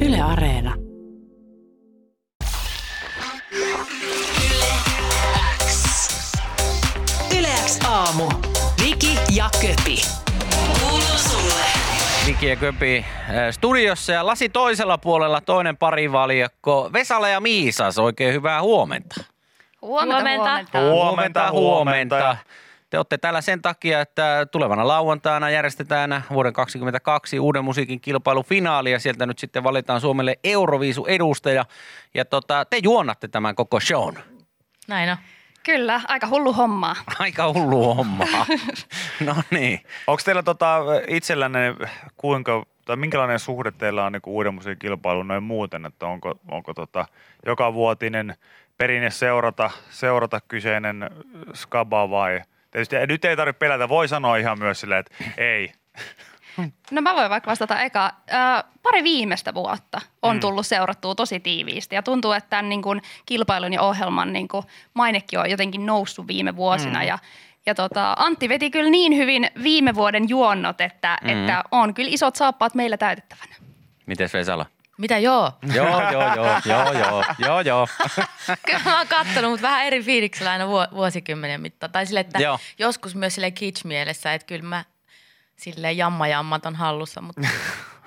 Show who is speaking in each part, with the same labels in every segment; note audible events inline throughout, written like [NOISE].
Speaker 1: Yle Areena.
Speaker 2: Yleäks aamu. Viki ja Köpi. Kuuluu sulle.
Speaker 3: Viki ja Köpi äh, studiossa ja lasi toisella puolella toinen parivaljakko. Vesala ja Miisas, oikein hyvää huomenta.
Speaker 4: Huomenta, huomenta.
Speaker 5: Huomenta, huomenta.
Speaker 3: Te olette täällä sen takia, että tulevana lauantaina järjestetään vuoden 2022 uuden musiikin kilpailufinaali ja sieltä nyt sitten valitaan Suomelle Euroviisu-edustaja. Ja tota, te juonnatte tämän koko shown. [LAUGHS]
Speaker 4: Näin on. Kyllä, aika hullu hommaa.
Speaker 3: Aika hullu hommaa. No niin.
Speaker 5: Onko teillä tota, itsellänne, kuinka, tai minkälainen suhde teillä on niin uuden musiikin kilpailuun noin muuten, että onko, onko tota, joka vuotinen perinne seurata, seurata kyseinen skaba vai? Tietysti ei- nyt ei tarvitse pelätä, voi sanoa ihan myös silleen, että ei.
Speaker 4: No mä voin vaikka vastata eka. Ö, pari viimeistä vuotta on
Speaker 3: Mm.
Speaker 4: tullut seurattua tosi tiiviisti ja tuntuu, että tämän niin kuin, kilpailun ja ohjelman niin kuin, mainekin on jotenkin noussut viime vuosina
Speaker 3: Mm.
Speaker 4: ja ja tota, Antti veti kyllä niin hyvin viime vuoden juonnot, että,
Speaker 3: Mm.
Speaker 4: että on kyllä isot saappaat meillä täytettävänä.
Speaker 3: Mites Vesala?
Speaker 6: Mitä joo?
Speaker 3: Joo, joo, joo, joo, joo, joo, joo.
Speaker 6: Kyllä mä oon kattonut, mutta vähän eri fiiliksellä aina vuo- vuosikymmenen mittaan. Tai sille, että
Speaker 3: Joo.
Speaker 6: joo. joskus myös sille kitsch-mielessä, että kyllä mä sille jamma jammat on hallussa.
Speaker 4: [LAUGHS]
Speaker 6: Mutta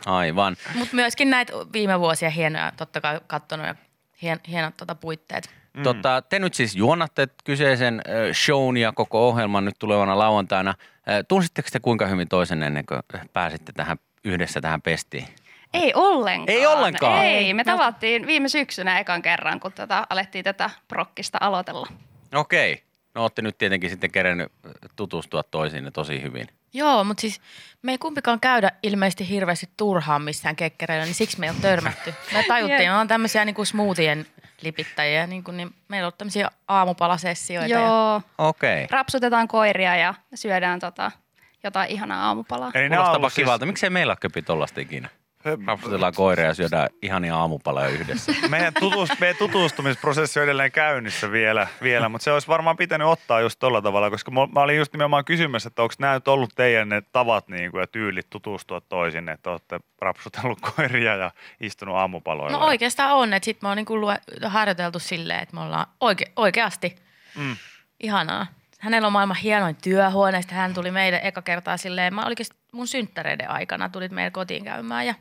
Speaker 3: Aivan.
Speaker 6: mut myöskin näitä viime vuosia hienoja, totta kai kattonut ja hien, hienot tota puitteet.
Speaker 3: Mm. Tota, te nyt siis juonatte kyseisen ö, shown ja koko ohjelman nyt tulevana lauantaina. Ö, Tunsitteko te kuinka hyvin toisen ennen kuin pääsitte tähän yhdessä tähän pestiin?
Speaker 4: Ei ollenkaan.
Speaker 3: Ei No. ollenkaan?
Speaker 4: Ei, me tavattiin viime syksynä ekan kerran, kun tota, alettiin tätä prokkista aloitella.
Speaker 3: Okei. No olette nyt tietenkin sitten kerännyt ö, tutustua toisiinne tosi hyvin.
Speaker 6: Joo, mutta siis me ei kumpikaan käydä ilmeisesti hirveästi turhaan missään kekkereillä, niin siksi me ei ole törmätty.
Speaker 4: [LAUGHS]
Speaker 6: Me tajuttiin,
Speaker 4: Jep.
Speaker 6: me ollaan tämmöisiä niin smoothien lipittäjiä, niin, kuin, niin meillä on ollut tämmöisiä aamupalasessioita. Ja
Speaker 4: Joo.
Speaker 3: Okei.
Speaker 4: rapsutetaan koiria ja syödään tota, jotain ihanaa aamupalaa.
Speaker 5: Eli ne on
Speaker 3: Kuulostaapa
Speaker 5: ollut siis-
Speaker 3: kivalta. Miksei meillä ole köpi tollasta ikinä? Rapsutellaan koiria ja syödään ihania aamupaloja yhdessä.
Speaker 5: Meidän, tutus, meidän tutustumisprosessi on edelleen käynnissä vielä, vielä mutta se olisi varmaan pitänyt ottaa just tolla tavalla, koska mä, mä olin just nimenomaan kysymässä, että onko nämä nyt ollut teidän ne tavat niin kuin, ja tyylit tutustua toisin, että olette rapsutellut [LAUGHS] koiria ja istunut aamupaloilla.
Speaker 6: No oikeastaan on, että sit me on niinku lue, harjoiteltu silleen, että me ollaan oike, oikeasti
Speaker 5: Mm.
Speaker 6: ihanaa. Hänellä on maailman hienoin työhuone, sitten hän tuli meille eka kertaa silleen, mä oikeasti mun synttäreiden aikana tulit meidän kotiin käymään ja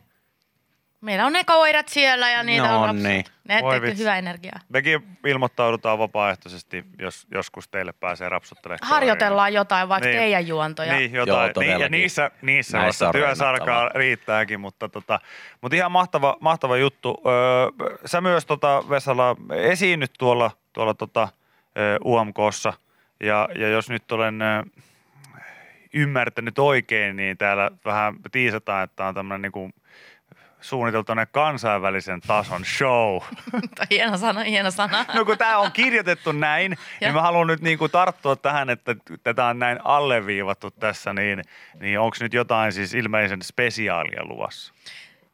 Speaker 6: meillä on ne koirat siellä ja niitä
Speaker 3: No
Speaker 6: on lapset.
Speaker 3: niin.
Speaker 6: Ne
Speaker 5: Voi
Speaker 6: tekee
Speaker 5: vitsi.
Speaker 6: hyvää energiaa.
Speaker 5: Mekin ilmoittaudutaan vapaaehtoisesti, jos joskus teille pääsee rapsuttelemaan.
Speaker 6: Harjoitellaan jotain, vaikka
Speaker 5: Niin.
Speaker 6: niin. teidän juontoja. [LAUGHS]
Speaker 5: Niin,
Speaker 3: Joo,
Speaker 5: jotain. niin, ja
Speaker 3: todellakin.
Speaker 5: niissä, niissä
Speaker 3: Näissä
Speaker 5: vasta
Speaker 3: on
Speaker 5: työsarkaa
Speaker 3: rennattavaa.
Speaker 5: riittääkin, mutta, tota, mutta ihan mahtava, mahtava juttu. Öö, sä myös tota, Vesala esiinnyt tuolla, tuolla tota, ö, UMKssa ja, ja jos nyt olen ö, ymmärtänyt oikein, niin täällä vähän tiisataan, että on tämmöinen niinku suunniteltuna kansainvälisen tason show.
Speaker 6: Mutta hieno sana, hieno sana.
Speaker 5: [LAUGHS] No kun tämä on kirjoitettu näin, niin mä haluan nyt niinku tarttua tähän, että tätä on näin alleviivattu tässä, niin, niin onko nyt jotain siis ilmeisen spesiaalia luvassa?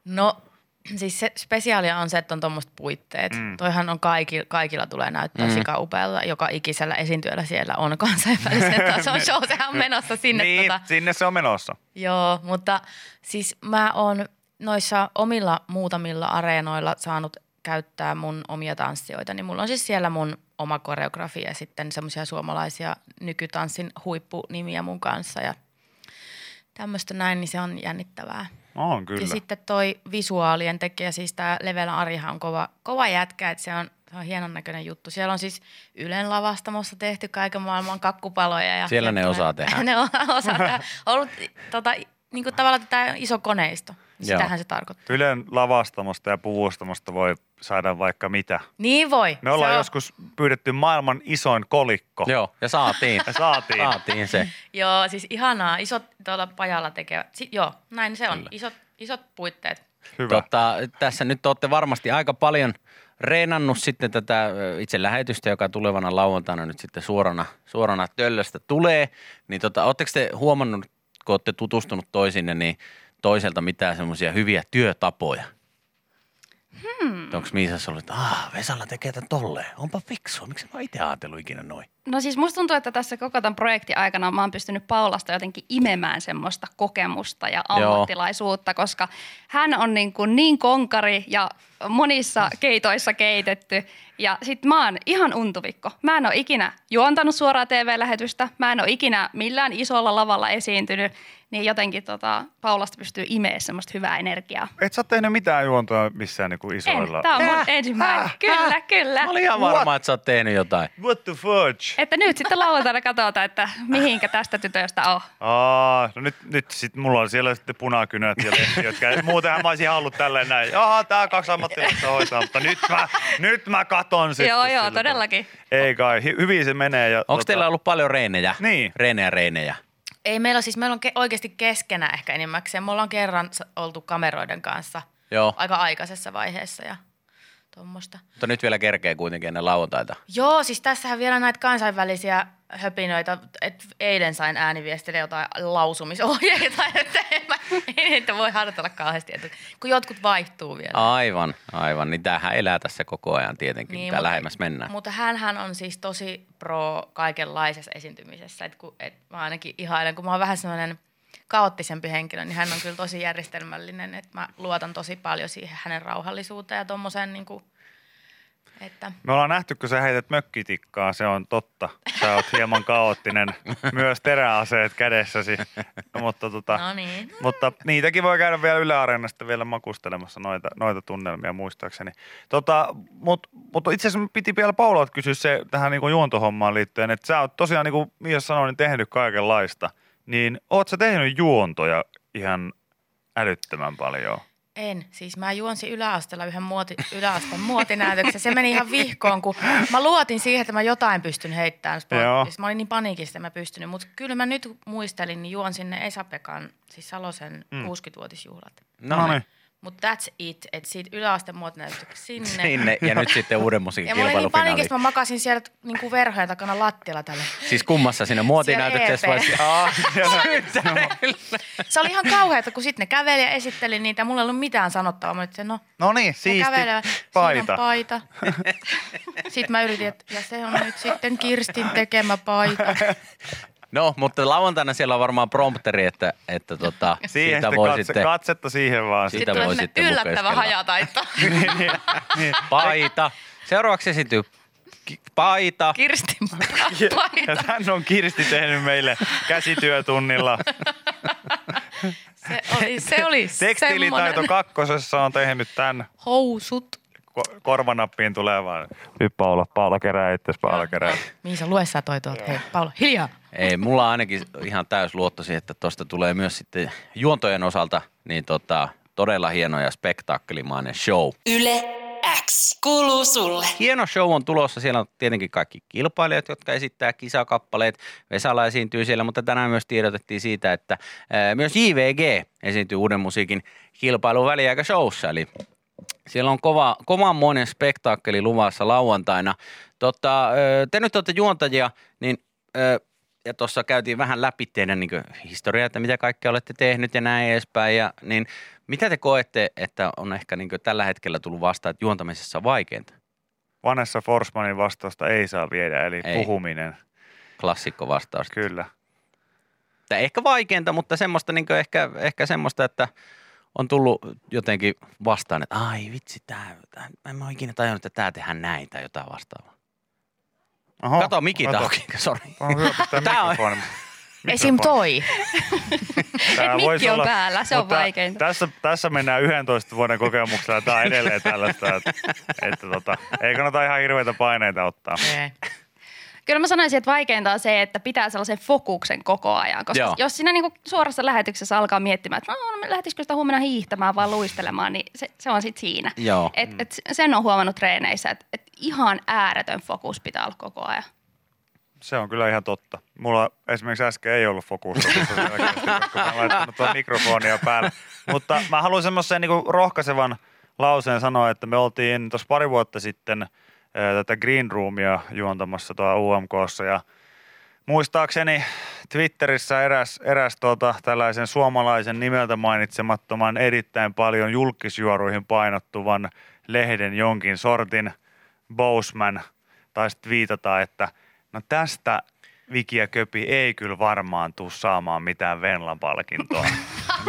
Speaker 6: No [CLEARS THROAT] siis se spesiaalia on se, että on tuommoiset puitteet. Mm. Toihan on kaikilla, kaikilla tulee näyttää mm. sika upealta. Joka ikisellä esiintyöllä siellä on kansainvälisen tason show. Sehän on menossa sinne.
Speaker 5: niin,
Speaker 6: tota.
Speaker 5: sinne se on menossa.
Speaker 6: Joo, mutta siis mä oon noissa omilla muutamilla areenoilla saanut käyttää mun omia tanssijoita. Niin mulla on siis siellä mun oma koreografia ja sitten semmoisia suomalaisia nykytanssin huippunimiä mun kanssa ja tämmöistä näin, niin se on jännittävää.
Speaker 5: On kyllä.
Speaker 6: Ja sitten toi visuaalien tekijä, siis tämä Levelä Arihan on kova, kova jätkä, että se on, se on hienon näköinen juttu. Siellä on siis Ylen lavastamossa tehty kaiken maailman kakkupaloja. Ja
Speaker 3: Siellä ne
Speaker 6: ja-
Speaker 3: osaa tehdä.
Speaker 6: [LAUGHS] Ne o- osaa tehdä. Ollut tota, niin kuin tavallaan tämä iso koneisto. Sitähän
Speaker 3: Joo.
Speaker 6: se tarkoittaa.
Speaker 5: Ylen lavastamosta ja puvustamosta voi saada vaikka mitä.
Speaker 6: Niin voi.
Speaker 5: Me ollaan
Speaker 6: se on-
Speaker 5: joskus pyydetty maailman isoin kolikko.
Speaker 3: [LAUGHS] Joo, ja saatiin.
Speaker 5: Ja saatiin.
Speaker 3: Saatiin se.
Speaker 6: Joo, siis ihanaa. Isot tuolla pajalla tekevät. Si- joo, näin se on. Isot, isot puitteet.
Speaker 5: Hyvä.
Speaker 3: Tota, tässä nyt olette varmasti aika paljon reenannut sitten tätä ö, itse lähetystä, joka tulevana lauantaina nyt sitten suorana, suorana töllöstä tulee. Niin tota, ootteko te huomannut, kun olette tutustunut toisinne, niin toiselta mitään semmoisia hyviä työtapoja? Hmm. Onko Miisassa ollut, että ah, Vesalla tekee tämän tolleen, onpa fiksua, miksi mä oon itse ajatellut ikinä noin?
Speaker 4: No siis musta tuntuu, että tässä koko tämän projektin aikana mä oon pystynyt Paulasta jotenkin imemään semmoista kokemusta ja
Speaker 3: Joo.
Speaker 4: ammattilaisuutta, koska hän on niin, kuin niin konkari ja monissa keitoissa keitetty. Ja sit mä oon ihan untuvikko. Mä en ole ikinä juontanut suoraa TV-lähetystä, mä en ole ikinä millään isolla lavalla esiintynyt, niin jotenkin tota, Paulasta pystyy imeä semmoista hyvää energiaa.
Speaker 5: Et sä oot tehnyt mitään juontoa missään niinku
Speaker 4: En,
Speaker 5: isoilla.
Speaker 4: tää on mun
Speaker 3: Häh?
Speaker 4: ensimmäinen.
Speaker 5: äh,
Speaker 3: Häh?
Speaker 4: Kyllä,
Speaker 3: Häh?
Speaker 4: kyllä.
Speaker 3: Mä olin ihan varma, että sä oot tehnyt jotain.
Speaker 5: What the fudge?
Speaker 4: Että nyt sitten lauantaina katsotaan, että mihinkä tästä tytöstä on.
Speaker 5: Aa, no nyt, nyt sit mulla on siellä sitten punakynät ja
Speaker 3: [LAUGHS]
Speaker 5: lehti, jotka muutenhan mä olisin ollut tälleen näin. Jaha, tää kaksi ammattilaista hoitaa, mutta nyt mä, nyt mä katon sitten.
Speaker 4: Joo, joo,
Speaker 5: sillä
Speaker 4: todellakin.
Speaker 5: tavalla. Ei kai, hy- hyvin se menee. Ja,
Speaker 3: Onko teillä ollut paljon reinejä?
Speaker 5: Tota- Niin.
Speaker 3: Reinejä, reinejä.
Speaker 6: Ei meillä ole siis, meillä on ke- oikeasti keskenään ehkä enimmäkseen. Me ollaan kerran s- oltu kameroiden kanssa
Speaker 3: Joo,
Speaker 6: aika aikaisessa vaiheessa ja tuommoista.
Speaker 3: mutta nyt vielä kerkee kuitenkin ennen lauantaita.
Speaker 6: Joo, siis tässähän vielä näitä kansainvälisiä höpinöitä, että eilen sain ääniviestille jotain lausumisohjeita, [LAUGHS] että en mä, ei niitä voi harjoitella kauheasti, että kun jotkut vaihtuu vielä.
Speaker 3: Aivan, aivan. Niin tämähän elää tässä koko ajan tietenkin, niin, mitä
Speaker 6: mutta-
Speaker 3: lähemmäs mennään.
Speaker 6: Mutta hänhän on siis tosi pro kaikenlaisessa esiintymisessä. Et kun, et mä ainakin ihailen, kun mä oon vähän sellainen kaoottisempi henkilö, niin hän on kyllä tosi järjestelmällinen. Et mä luotan tosi paljon siihen hänen rauhallisuuteen ja tommoseen niin kuin, että
Speaker 5: Me ollaan nähty, kun sä heität mökkitikkaa, se on totta. Sä oot
Speaker 3: [LAUGHS]
Speaker 5: hieman kaoottinen, myös teräaseet kädessäsi. Mutta, tota,
Speaker 6: no niin.
Speaker 5: mutta niitäkin voi käydä vielä Yle Areenasta vielä makustelemassa noita, noita tunnelmia muistaakseni. Tota, Mutta mut itse asiassa piti vielä Paulalta kysyä se tähän niinku juontohommaan liittyen, että sä oot tosiaan, niin kuin Miia sanoi, niin tehnyt kaikenlaista. Niin oot sä tehnyt juontoja ihan älyttömän paljon?
Speaker 6: En. Siis mä juonsin yläasteella yhden muoti, yläasteen muotinäytöksen. Se meni ihan vihkoon, kun mä luotin siihen, että mä jotain pystyn heittämään. Spo-
Speaker 5: Joo.
Speaker 6: Siis Mä olin niin paniikista, että mä pystynyt. Mutta kyllä mä nyt muistelin, niin juon sinne Esa-Pekan, siis Salosen
Speaker 5: Mm.
Speaker 6: mm. 60-vuotisjuhlat.
Speaker 3: No niin.
Speaker 6: Mutta that's it, että siitä yläasteen muotinäytöksestä sinne.
Speaker 3: [LAUGHS] Sinne. Ja nyt sitten uuden
Speaker 6: Ja
Speaker 3: musiikin
Speaker 6: mä olin niin
Speaker 3: kilpailufinaali.
Speaker 6: paniikista, niin mä makasin siellä niinku verhojen takana lattialla tällä.
Speaker 3: Siis kummassa siinä muotinäytöksessä
Speaker 6: Siellä
Speaker 3: vai
Speaker 6: EP.
Speaker 5: Ah, siellä-
Speaker 3: [LAUGHS]
Speaker 6: Se oli ihan kauheata, kun sitten ne käveli ja esitteli niitä. Mulla ei ollut mitään sanottavaa. Mä olin, että no,
Speaker 5: [LAUGHS] no niin,
Speaker 6: Siisti.
Speaker 5: siisti
Speaker 6: kävelevä. Siinä
Speaker 5: paita.
Speaker 6: on paita. Sitten mä yritin, että ja se on nyt sitten Kirstin tekemä paita.
Speaker 3: No, mutta lauantaina siellä on varmaan prompteri, että, että tota,
Speaker 6: [LAUGHS]
Speaker 5: Siihen
Speaker 3: siitä
Speaker 5: sitten
Speaker 3: voi
Speaker 5: katse,
Speaker 3: sitten
Speaker 5: katsetta siihen vaan.
Speaker 3: Siitä
Speaker 5: Sitten.
Speaker 6: Sitten tulee
Speaker 3: voi sitten mukeskella. [LAUGHS]
Speaker 6: semmoinen yllättävä hajataitto.
Speaker 5: niin, niin, niin.
Speaker 3: paita. Seuraavaksi esiintyy ki- paita.
Speaker 6: [LAUGHS] Kirstin
Speaker 5: Ja
Speaker 6: [LAUGHS] paita.
Speaker 5: hän on Kirsti tehnyt meille
Speaker 6: [LAUGHS]
Speaker 5: käsityötunnilla.
Speaker 6: Se oli, se oli
Speaker 5: Tekstiilitaito
Speaker 6: semmoinen.
Speaker 5: kakkosessa on tehnyt tämän.
Speaker 6: Housut.
Speaker 5: Ko- korvanappiin tulee vaan. Nyt Paula, Paula kerää itse, Paula kerää.
Speaker 6: Miisa, lue sä toi tuolta. Hei, Paula, hiljaa.
Speaker 3: Ei, mulla on ainakin ihan täys luotto siihen, että tuosta tulee myös sitten juontojen osalta niin tota, todella hieno ja spektaakkelimainen show.
Speaker 2: Yle X. Kuuluu sulle.
Speaker 3: Hieno show on tulossa. Siellä on tietenkin kaikki kilpailijat, jotka esittää kisakappaleet. Vesala esiintyy siellä, mutta tänään myös tiedotettiin siitä, että ää, myös JVG esiintyy uuden musiikin kilpailun väliaikashowssa. Eli siellä on kova, kovamoinen spektaakkeli luvassa lauantaina. Tota, ö, te nyt olette juontajia, niin ö, ja tuossa käytiin vähän läpi teidän niin historiaa, että mitä kaikkea olette tehnyt ja näin edespäin. Ja, niin mitä te koette, että on ehkä niin tällä hetkellä tullut vastaan, että juontamisessa on vaikeinta?
Speaker 5: Vanessa Forsmanin vastausta ei saa viedä, eli
Speaker 3: Ei.
Speaker 5: ei. puhuminen.
Speaker 3: klassikko vastaus.
Speaker 5: Kyllä.
Speaker 3: Tai ehkä vaikeinta, mutta semmoista, niin ehkä, ehkä semmoista, että on tullut jotenkin vastaan, että ai vitsi, tää, tää, mä en ole ikinä tajunnut, että tämä tehdään näin tai jotain vastaavaa.
Speaker 5: Oho,
Speaker 3: No, Kato, mikki [LAUGHS] auki, sori.
Speaker 5: On hyvä pistää
Speaker 3: Tää on-
Speaker 4: [LAUGHS]
Speaker 5: mikrofoni.
Speaker 6: Esim.
Speaker 5: Mikrofoni.
Speaker 6: toi.
Speaker 5: Tää
Speaker 4: mikki
Speaker 5: voisi
Speaker 4: on päällä, se on
Speaker 5: mutta
Speaker 4: vaikeinta.
Speaker 5: Tässä, tässä mennään 11 vuoden kokemuksella, tämä on edelleen tällaista, että, että tota, ei kannata ihan hirveitä paineita ottaa.
Speaker 6: Ei.
Speaker 4: Kyllä mä sanoisin, että vaikeinta on se, että pitää sellaisen fokuksen koko ajan. Koska
Speaker 3: Joo.
Speaker 4: Joo. jos siinä niinku suorassa lähetyksessä alkaa miettimään, että no, lähtisikö sitä huomenna hiihtämään vai luistelemaan, niin se, se on sitten siinä.
Speaker 3: Joo.
Speaker 4: Et, et sen on huomannut treeneissä, että et ihan ääretön fokus pitää olla koko ajan.
Speaker 5: Se on kyllä ihan totta. Mulla esimerkiksi äsken ei ollut fokusta, tuossa selkeästi, koska mä en laittanut tuon mikrofonia päälle. Mutta mä haluan semmoisen niin rohkaisevan lauseen sanoa, että me oltiin tuossa pari vuotta sitten eh, tätä Green Roomia juontamassa tuolla UMKssa ja Muistaakseni Twitterissä eräs, eräs tuota, tällaisen suomalaisen nimeltä mainitsemattoman erittäin paljon julkisjuoruihin painottuvan lehden jonkin sortin Boseman taisi viitata, että no tästä Viki ja Köpi ei kyllä varmaan tuu saamaan mitään Venlan palkintoa.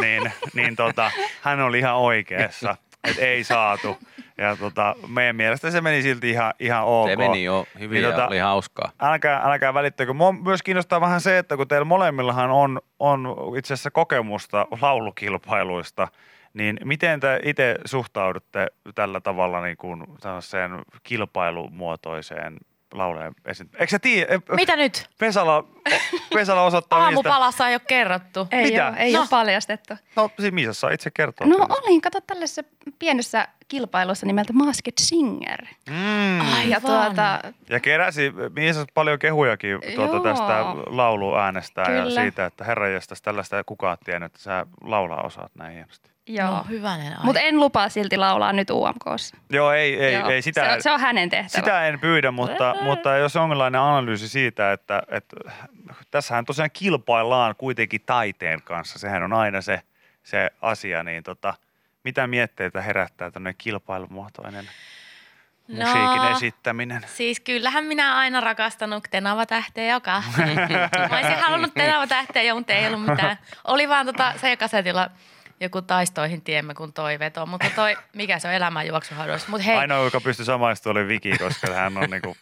Speaker 5: niin niin tota, hän oli ihan oikeassa, että ei saatu. Ja tota, meidän mielestä se meni silti ihan, ihan ok.
Speaker 3: Se meni jo hyvin
Speaker 5: Niin
Speaker 3: ja
Speaker 5: tota-
Speaker 3: oli hauskaa.
Speaker 5: Älkää, älkää välittäkö. Mua myös kiinnostaa vähän se, että kun teillä molemmillahan on, on itse asiassa kokemusta laulukilpailuista, niin miten te itse suhtaudutte tällä tavalla niin kuin tällaiseen kilpailumuotoiseen laulujen esiintymiseen? Eikö sä tiedä? Eh,
Speaker 6: Mitä nyt?
Speaker 5: Vesala, Vesala osoittaa niistä.
Speaker 6: Aamupalassa ei ole kerrottu.
Speaker 4: Ei,
Speaker 5: Mitä?
Speaker 4: Ole, ei
Speaker 6: No.
Speaker 4: ole paljastettu.
Speaker 5: No siis Miisa saa itse kertoa.
Speaker 4: No
Speaker 5: tästä.
Speaker 4: olin, kato tällaisessa pienessä kilpailussa nimeltä Masked Singer.
Speaker 3: Niin.
Speaker 5: Mm.
Speaker 6: Ai
Speaker 4: Ja
Speaker 6: vaan.
Speaker 4: tuota,
Speaker 5: Ja keräsi Miisa paljon kehujakin tuota
Speaker 4: Joo.
Speaker 5: tästä lauluäänestä ja
Speaker 4: Kyllä.
Speaker 5: siitä, että herranjestas tällaista ei kukaan tiennyt, että sä laulaa osaat näin hienosti.
Speaker 4: joo.
Speaker 6: No, hyvänen aika.
Speaker 4: Mutta en lupaa silti laulaa nyt UMKssa.
Speaker 5: Joo, ei, ei,
Speaker 4: Joo.
Speaker 5: ei sitä,
Speaker 4: se, on, se on hänen tehtävä.
Speaker 5: sitä en pyydä, mutta, mutta jos jonkinlainen analyysi siitä, että, että tässähän tosiaan kilpaillaan kuitenkin taiteen kanssa, sehän on aina se, se asia, niin tota, mitä mietteitä herättää tämmöinen kilpailumuotoinen
Speaker 4: No.
Speaker 5: musiikin esittäminen?
Speaker 6: Siis kyllähän minä aina rakastanut Tenava tähteä ja kahta. Mä olisin halunnut Tenava tähteä jo, mutta ei ollut mitään. Oli vaan tota, se kasetilla joku taistoihin tiemme kun toi veto, mutta toi, mikä se on elämän juoksuhaudoissa. Mut hei,
Speaker 5: Ainoa, joka pystyi samaistumaan, oli Viki, koska hän
Speaker 4: [LAUGHS]
Speaker 5: on, niinku,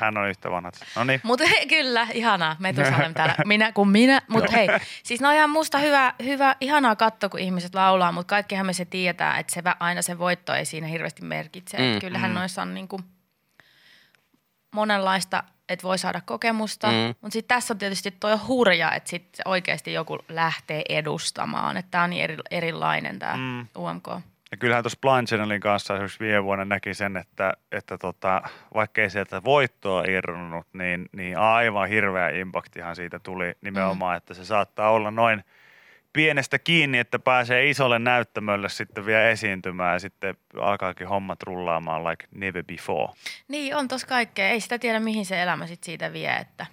Speaker 5: hän on yhtä vanha. No niin,
Speaker 6: Mutta kyllä, ihanaa. Me tuossa olemme [LAUGHS] täällä. Minä kuin minä. Mutta hei, siis ne on ihan musta hyvä, hyvä, ihanaa katto, kun ihmiset laulaa, mutta kaikkihan me se tietää, että se vä- aina se voitto ei siinä hirveästi merkitse.
Speaker 3: Mm,
Speaker 6: Mm, Kyllähän mm. noissa on niinku monenlaista, että voi saada kokemusta.
Speaker 3: Mm.
Speaker 6: Mm. Mutta sitten tässä on tietysti toi hurja, että sit oikeasti joku lähtee edustamaan. Että tämä on niin eri, erilainen tämä
Speaker 5: Mm.
Speaker 6: mm. UMK.
Speaker 5: Ja kyllähän tuossa Blind Channelin kanssa esimerkiksi viime vuonna näki sen, että, että tota, vaikkei sieltä voittoa irronnut, niin, niin aivan hirveä impaktihan siitä tuli nimenomaan, mm. että se saattaa olla noin pienestä kiinni, että pääsee isolle näyttämölle sitten vielä esiintymään ja sitten alkaakin hommat rullaamaan like never before.
Speaker 6: Niin, on tos kaikkea. Ei sitä tiedä, mihin se elämä sit siitä vie, että,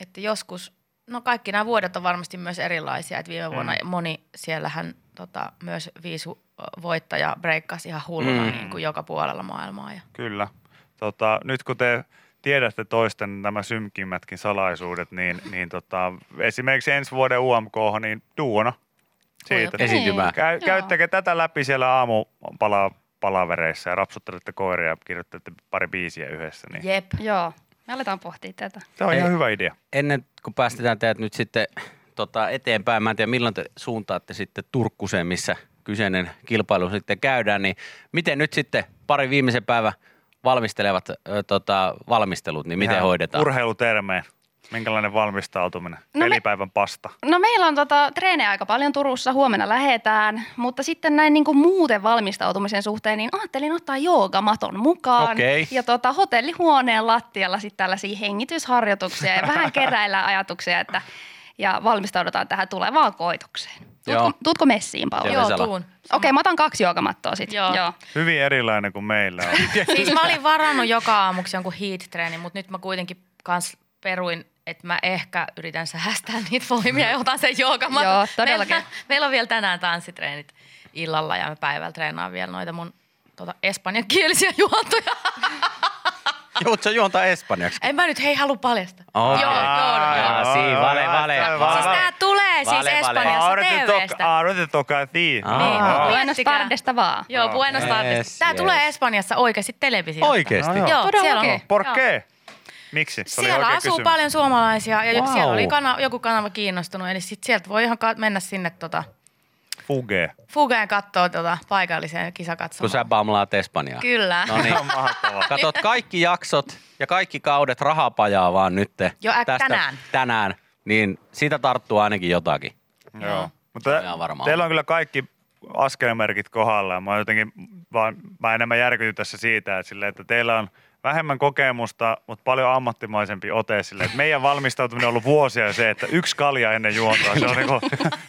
Speaker 6: että joskus, no kaikki nämä vuodet on varmasti myös erilaisia, että viime vuonna moni siellähän tota, myös viisu ö, voittaja breikkasi ihan hulluna
Speaker 3: Mm.
Speaker 6: mm. niin kuin joka puolella maailmaa. Ja.
Speaker 5: Kyllä. Tota, nyt kun te tiedätte toisten nämä synkimmätkin salaisuudet, niin, niin tota, esimerkiksi ensi vuoden UMK, niin duona siitä.
Speaker 6: Voi
Speaker 3: Esiintymään.
Speaker 5: Käy,
Speaker 4: Joo.
Speaker 5: käyttäkö tätä läpi siellä aamupala palavereissa ja rapsuttelette koiria ja kirjoittatte pari biisiä yhdessä. Niin.
Speaker 6: Jep.
Speaker 4: Joo, me aletaan pohtia tätä.
Speaker 5: Se on ihan
Speaker 3: Ei.
Speaker 5: hyvä idea.
Speaker 3: Ennen kuin päästetään teidät nyt sitten tota, eteenpäin, mä en tiedä milloin te suuntaatte sitten Turkkuseen, missä kyseinen kilpailu sitten käydään, niin miten nyt sitten pari viimeisen päivän valmistelevat ö, tota, valmistelut, niin miten
Speaker 5: Ihan
Speaker 3: hoidetaan?
Speaker 5: Urheilutermeen. Minkälainen valmistautuminen?
Speaker 4: No me-
Speaker 5: Pelipäivän pasta.
Speaker 4: No meillä on tota, treenejä aika paljon Turussa, huomenna lähetään, mutta sitten näin niin kuin muuten valmistautumisen suhteen, niin ajattelin ottaa joogamaton mukaan.
Speaker 3: Okei.
Speaker 4: Ja tota, hotellihuoneen lattialla sitten tällaisia hengitysharjoituksia ja vähän keräillään ajatuksia, että ja valmistaudutaan tähän tulevaan koitokseen.
Speaker 3: Joo.
Speaker 4: Tutko, tutko messiin, Paula?
Speaker 3: Joo,
Speaker 4: Okei,
Speaker 6: Joo,
Speaker 3: Vesala.
Speaker 6: tuun.
Speaker 4: mä otan kaksi joogamattoa sitten.
Speaker 6: Joo.
Speaker 5: Hyvin erilainen kuin
Speaker 6: [LAUGHS]
Speaker 5: meillä on.
Speaker 6: Siis mä olin varannut joka aamuksi jonkun heat-treenin, mutta nyt mä kuitenkin kans peruin, että mä ehkä yritän säästää niitä voimia ja otan sen joogamat.
Speaker 4: Joo, todellakin.
Speaker 6: Meillä, meillä on vielä tänään tanssitreenit illalla ja mä päivällä treenaan vielä noita mun tota, espanjankielisiä juontoja.
Speaker 5: [LAUGHS]
Speaker 3: Juutso juontaa espanjaksi.
Speaker 6: En mä nyt hei halua paljastaa.
Speaker 3: Okei.
Speaker 6: Joo, joo, joo.
Speaker 3: Ah, si, vale, vale.
Speaker 6: Siis tää tulee siis
Speaker 3: Vale, vale.
Speaker 6: Espanjassa
Speaker 5: Ahora te
Speaker 6: TVstä.
Speaker 5: toca- ahora te toca a ti.
Speaker 3: Ah.
Speaker 5: Niin.
Speaker 6: Joo.
Speaker 4: Buenos
Speaker 6: Miettikää.
Speaker 4: tardesta vaan.
Speaker 6: Joo, Buenos
Speaker 3: Yes,
Speaker 6: Aires. Tää
Speaker 3: yes.
Speaker 6: tulee Espanjassa oikeasti televisiosta.
Speaker 3: Oikeesti?
Speaker 5: No joo.
Speaker 6: Joo,
Speaker 4: Todella
Speaker 6: siellä on.
Speaker 4: oikein.
Speaker 5: Por
Speaker 6: Joo.
Speaker 5: qué? Miksi? Se oli
Speaker 6: Siellä
Speaker 5: oikea
Speaker 6: asuu
Speaker 5: kysymys.
Speaker 6: paljon suomalaisia ja
Speaker 3: Wow.
Speaker 6: wow. siellä oli kana, joku kanava kiinnostunut. Eli sit sieltä voi ihan ka- mennä sinne tota,
Speaker 5: Fuge.
Speaker 6: Fugeen katsoa tota, paikalliseen kisakatsomaan.
Speaker 3: Kun sä bamlaat espanjaa.
Speaker 6: Kyllä.
Speaker 3: No niin.
Speaker 5: On mahtavaa.
Speaker 3: Katot kaikki jaksot ja kaikki kaudet rahapajaa vaan nytte.
Speaker 6: Jo, äk- tänään.
Speaker 3: Tänään. Niin siitä tarttuu ainakin jotakin.
Speaker 5: Joo.
Speaker 6: Joo.
Speaker 5: Mutta
Speaker 3: Ihan varmaan.
Speaker 5: teillä on kyllä kaikki askelmerkit kohdallaan. Mä jotenkin vaan, mä enemmän järkytyn tässä siitä, että, sille, että teillä on vähemmän kokemusta, mutta paljon ammattimaisempi ote sille. Että meidän valmistautuminen on ollut vuosia se, että yksi kalja ennen juontoa, se on niinku,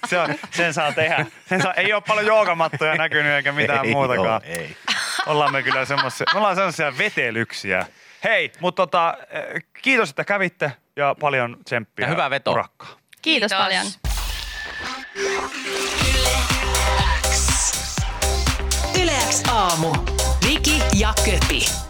Speaker 5: se on, sen saa tehdä. Sen saa, ei ole paljon joogamattoja näkynyt eikä mitään
Speaker 3: Ei
Speaker 5: muutakaan.
Speaker 3: oo, ei.
Speaker 5: Ollaan me kyllä semmoisia, me ollaan semmoisia vetelyksiä. Hei, mutta tota, eh, kiitos, että kävitte. ja paljon tsemppiä.
Speaker 3: Ja hyvää vetoa.
Speaker 5: Urakkaa.
Speaker 4: Kiitos,
Speaker 6: Kiitos.
Speaker 4: paljon.
Speaker 2: Yleäks aamu. Viki ja Köpi.